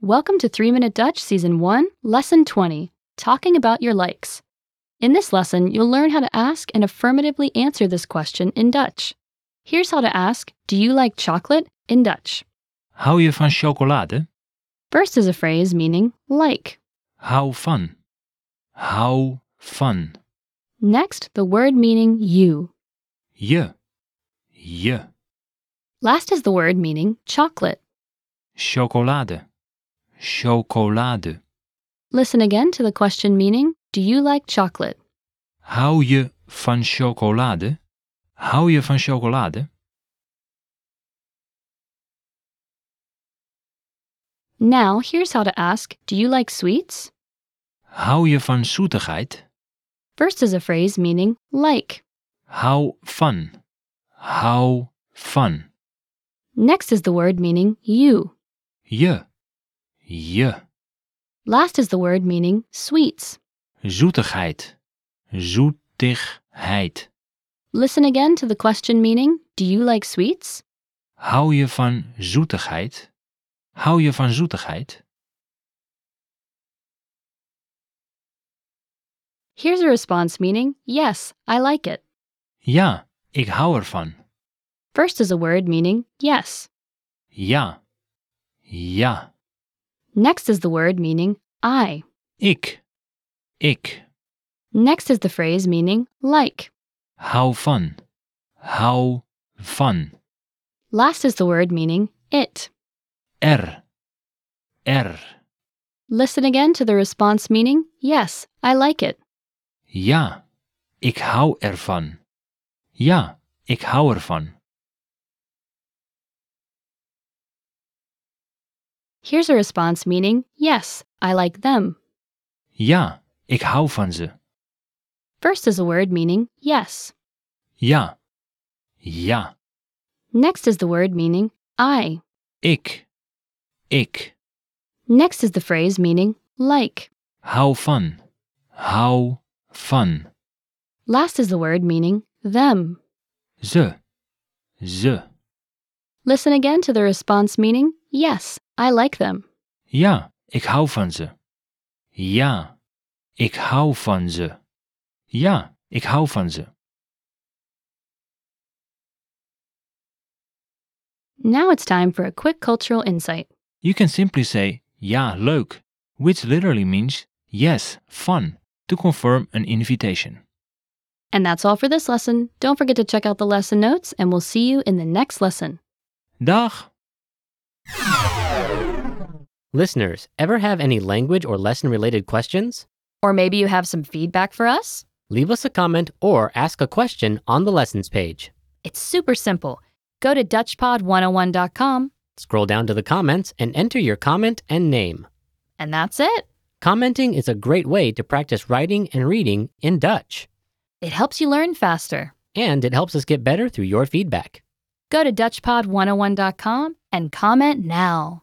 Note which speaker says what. Speaker 1: Welcome to 3 Minute Dutch Season 1, Lesson 20 Talking About Your Likes. In this lesson, you'll learn how to ask and affirmatively answer this question in Dutch. Here's how to ask Do you like chocolate? in Dutch.
Speaker 2: Hou je van chocolade?
Speaker 1: First is a phrase meaning like.
Speaker 2: Hou van. Hou van.
Speaker 1: Next, the word meaning you.
Speaker 2: Je. Je.
Speaker 1: Last is the word meaning chocolate.
Speaker 2: Chocolade. Chocolade.
Speaker 1: Listen again to the question meaning Do you like chocolate?
Speaker 2: Hou je van chocolade? Hou je van chocolade?
Speaker 1: Now, here's how to ask Do you like sweets?
Speaker 2: Hou je van zoetigheid?
Speaker 1: First is a phrase meaning like.
Speaker 2: Hou van. Hou van.
Speaker 1: Next is the word meaning you.
Speaker 2: Je. Je.
Speaker 1: Last is the word meaning sweets.
Speaker 2: Zoetigheid. Zoetigheid.
Speaker 1: Listen again to the question meaning Do you like sweets?
Speaker 2: Hou je van zoetigheid? Hou je van zoetigheid?
Speaker 1: Here's a response meaning Yes, I like it.
Speaker 2: Ja, ik hou ervan.
Speaker 1: First is a word meaning yes.
Speaker 2: Ja. Ja.
Speaker 1: Next is the word meaning I.
Speaker 2: Ik. Ik
Speaker 1: Next is the phrase meaning like.
Speaker 2: hou van. Hou van.
Speaker 1: Last is the word meaning it.
Speaker 2: Er. Er.
Speaker 1: Listen again to the response meaning Yes, I like it.
Speaker 2: Ja. Ik hou ervan. Ja, ik hou ervan.
Speaker 1: Here's a response meaning Yes, I like them.
Speaker 2: Ja, ik hou van ze.
Speaker 1: First is a word meaning yes.
Speaker 2: Ja. Ja.
Speaker 1: Next is the word meaning I.
Speaker 2: Ik. Ik
Speaker 1: Next is the phrase meaning like.
Speaker 2: hou van. Hou van.
Speaker 1: Last is the word meaning them.
Speaker 2: Ze. Ze.
Speaker 1: Listen again to the response meaning yes, I like them.
Speaker 2: Ja, ik hou van ze. Ja, ik hou van ze. Ja, ik hou van ze.
Speaker 1: Now it's time for a quick cultural insight.
Speaker 2: You can simply say ja, leuk, which literally means yes, fun, to confirm an invitation.
Speaker 1: And that's all for this lesson. Don't forget to check out the lesson notes, and we'll see you in the next lesson.
Speaker 2: Dag!
Speaker 3: Listeners, ever have any language or lesson related questions?
Speaker 1: Or maybe you have some feedback for us?
Speaker 3: Leave us a comment or ask a question on the lessons page.
Speaker 1: It's super simple. Go to DutchPod101.com,
Speaker 3: Scroll down to the comments and enter your comment and name.
Speaker 1: and that's it.
Speaker 3: Commenting is a great way to practice writing and reading in Dutch,
Speaker 1: It helps you learn faster.
Speaker 3: and it helps us get better through your feedback.
Speaker 1: oh Go to DutchPod101.com and comment now.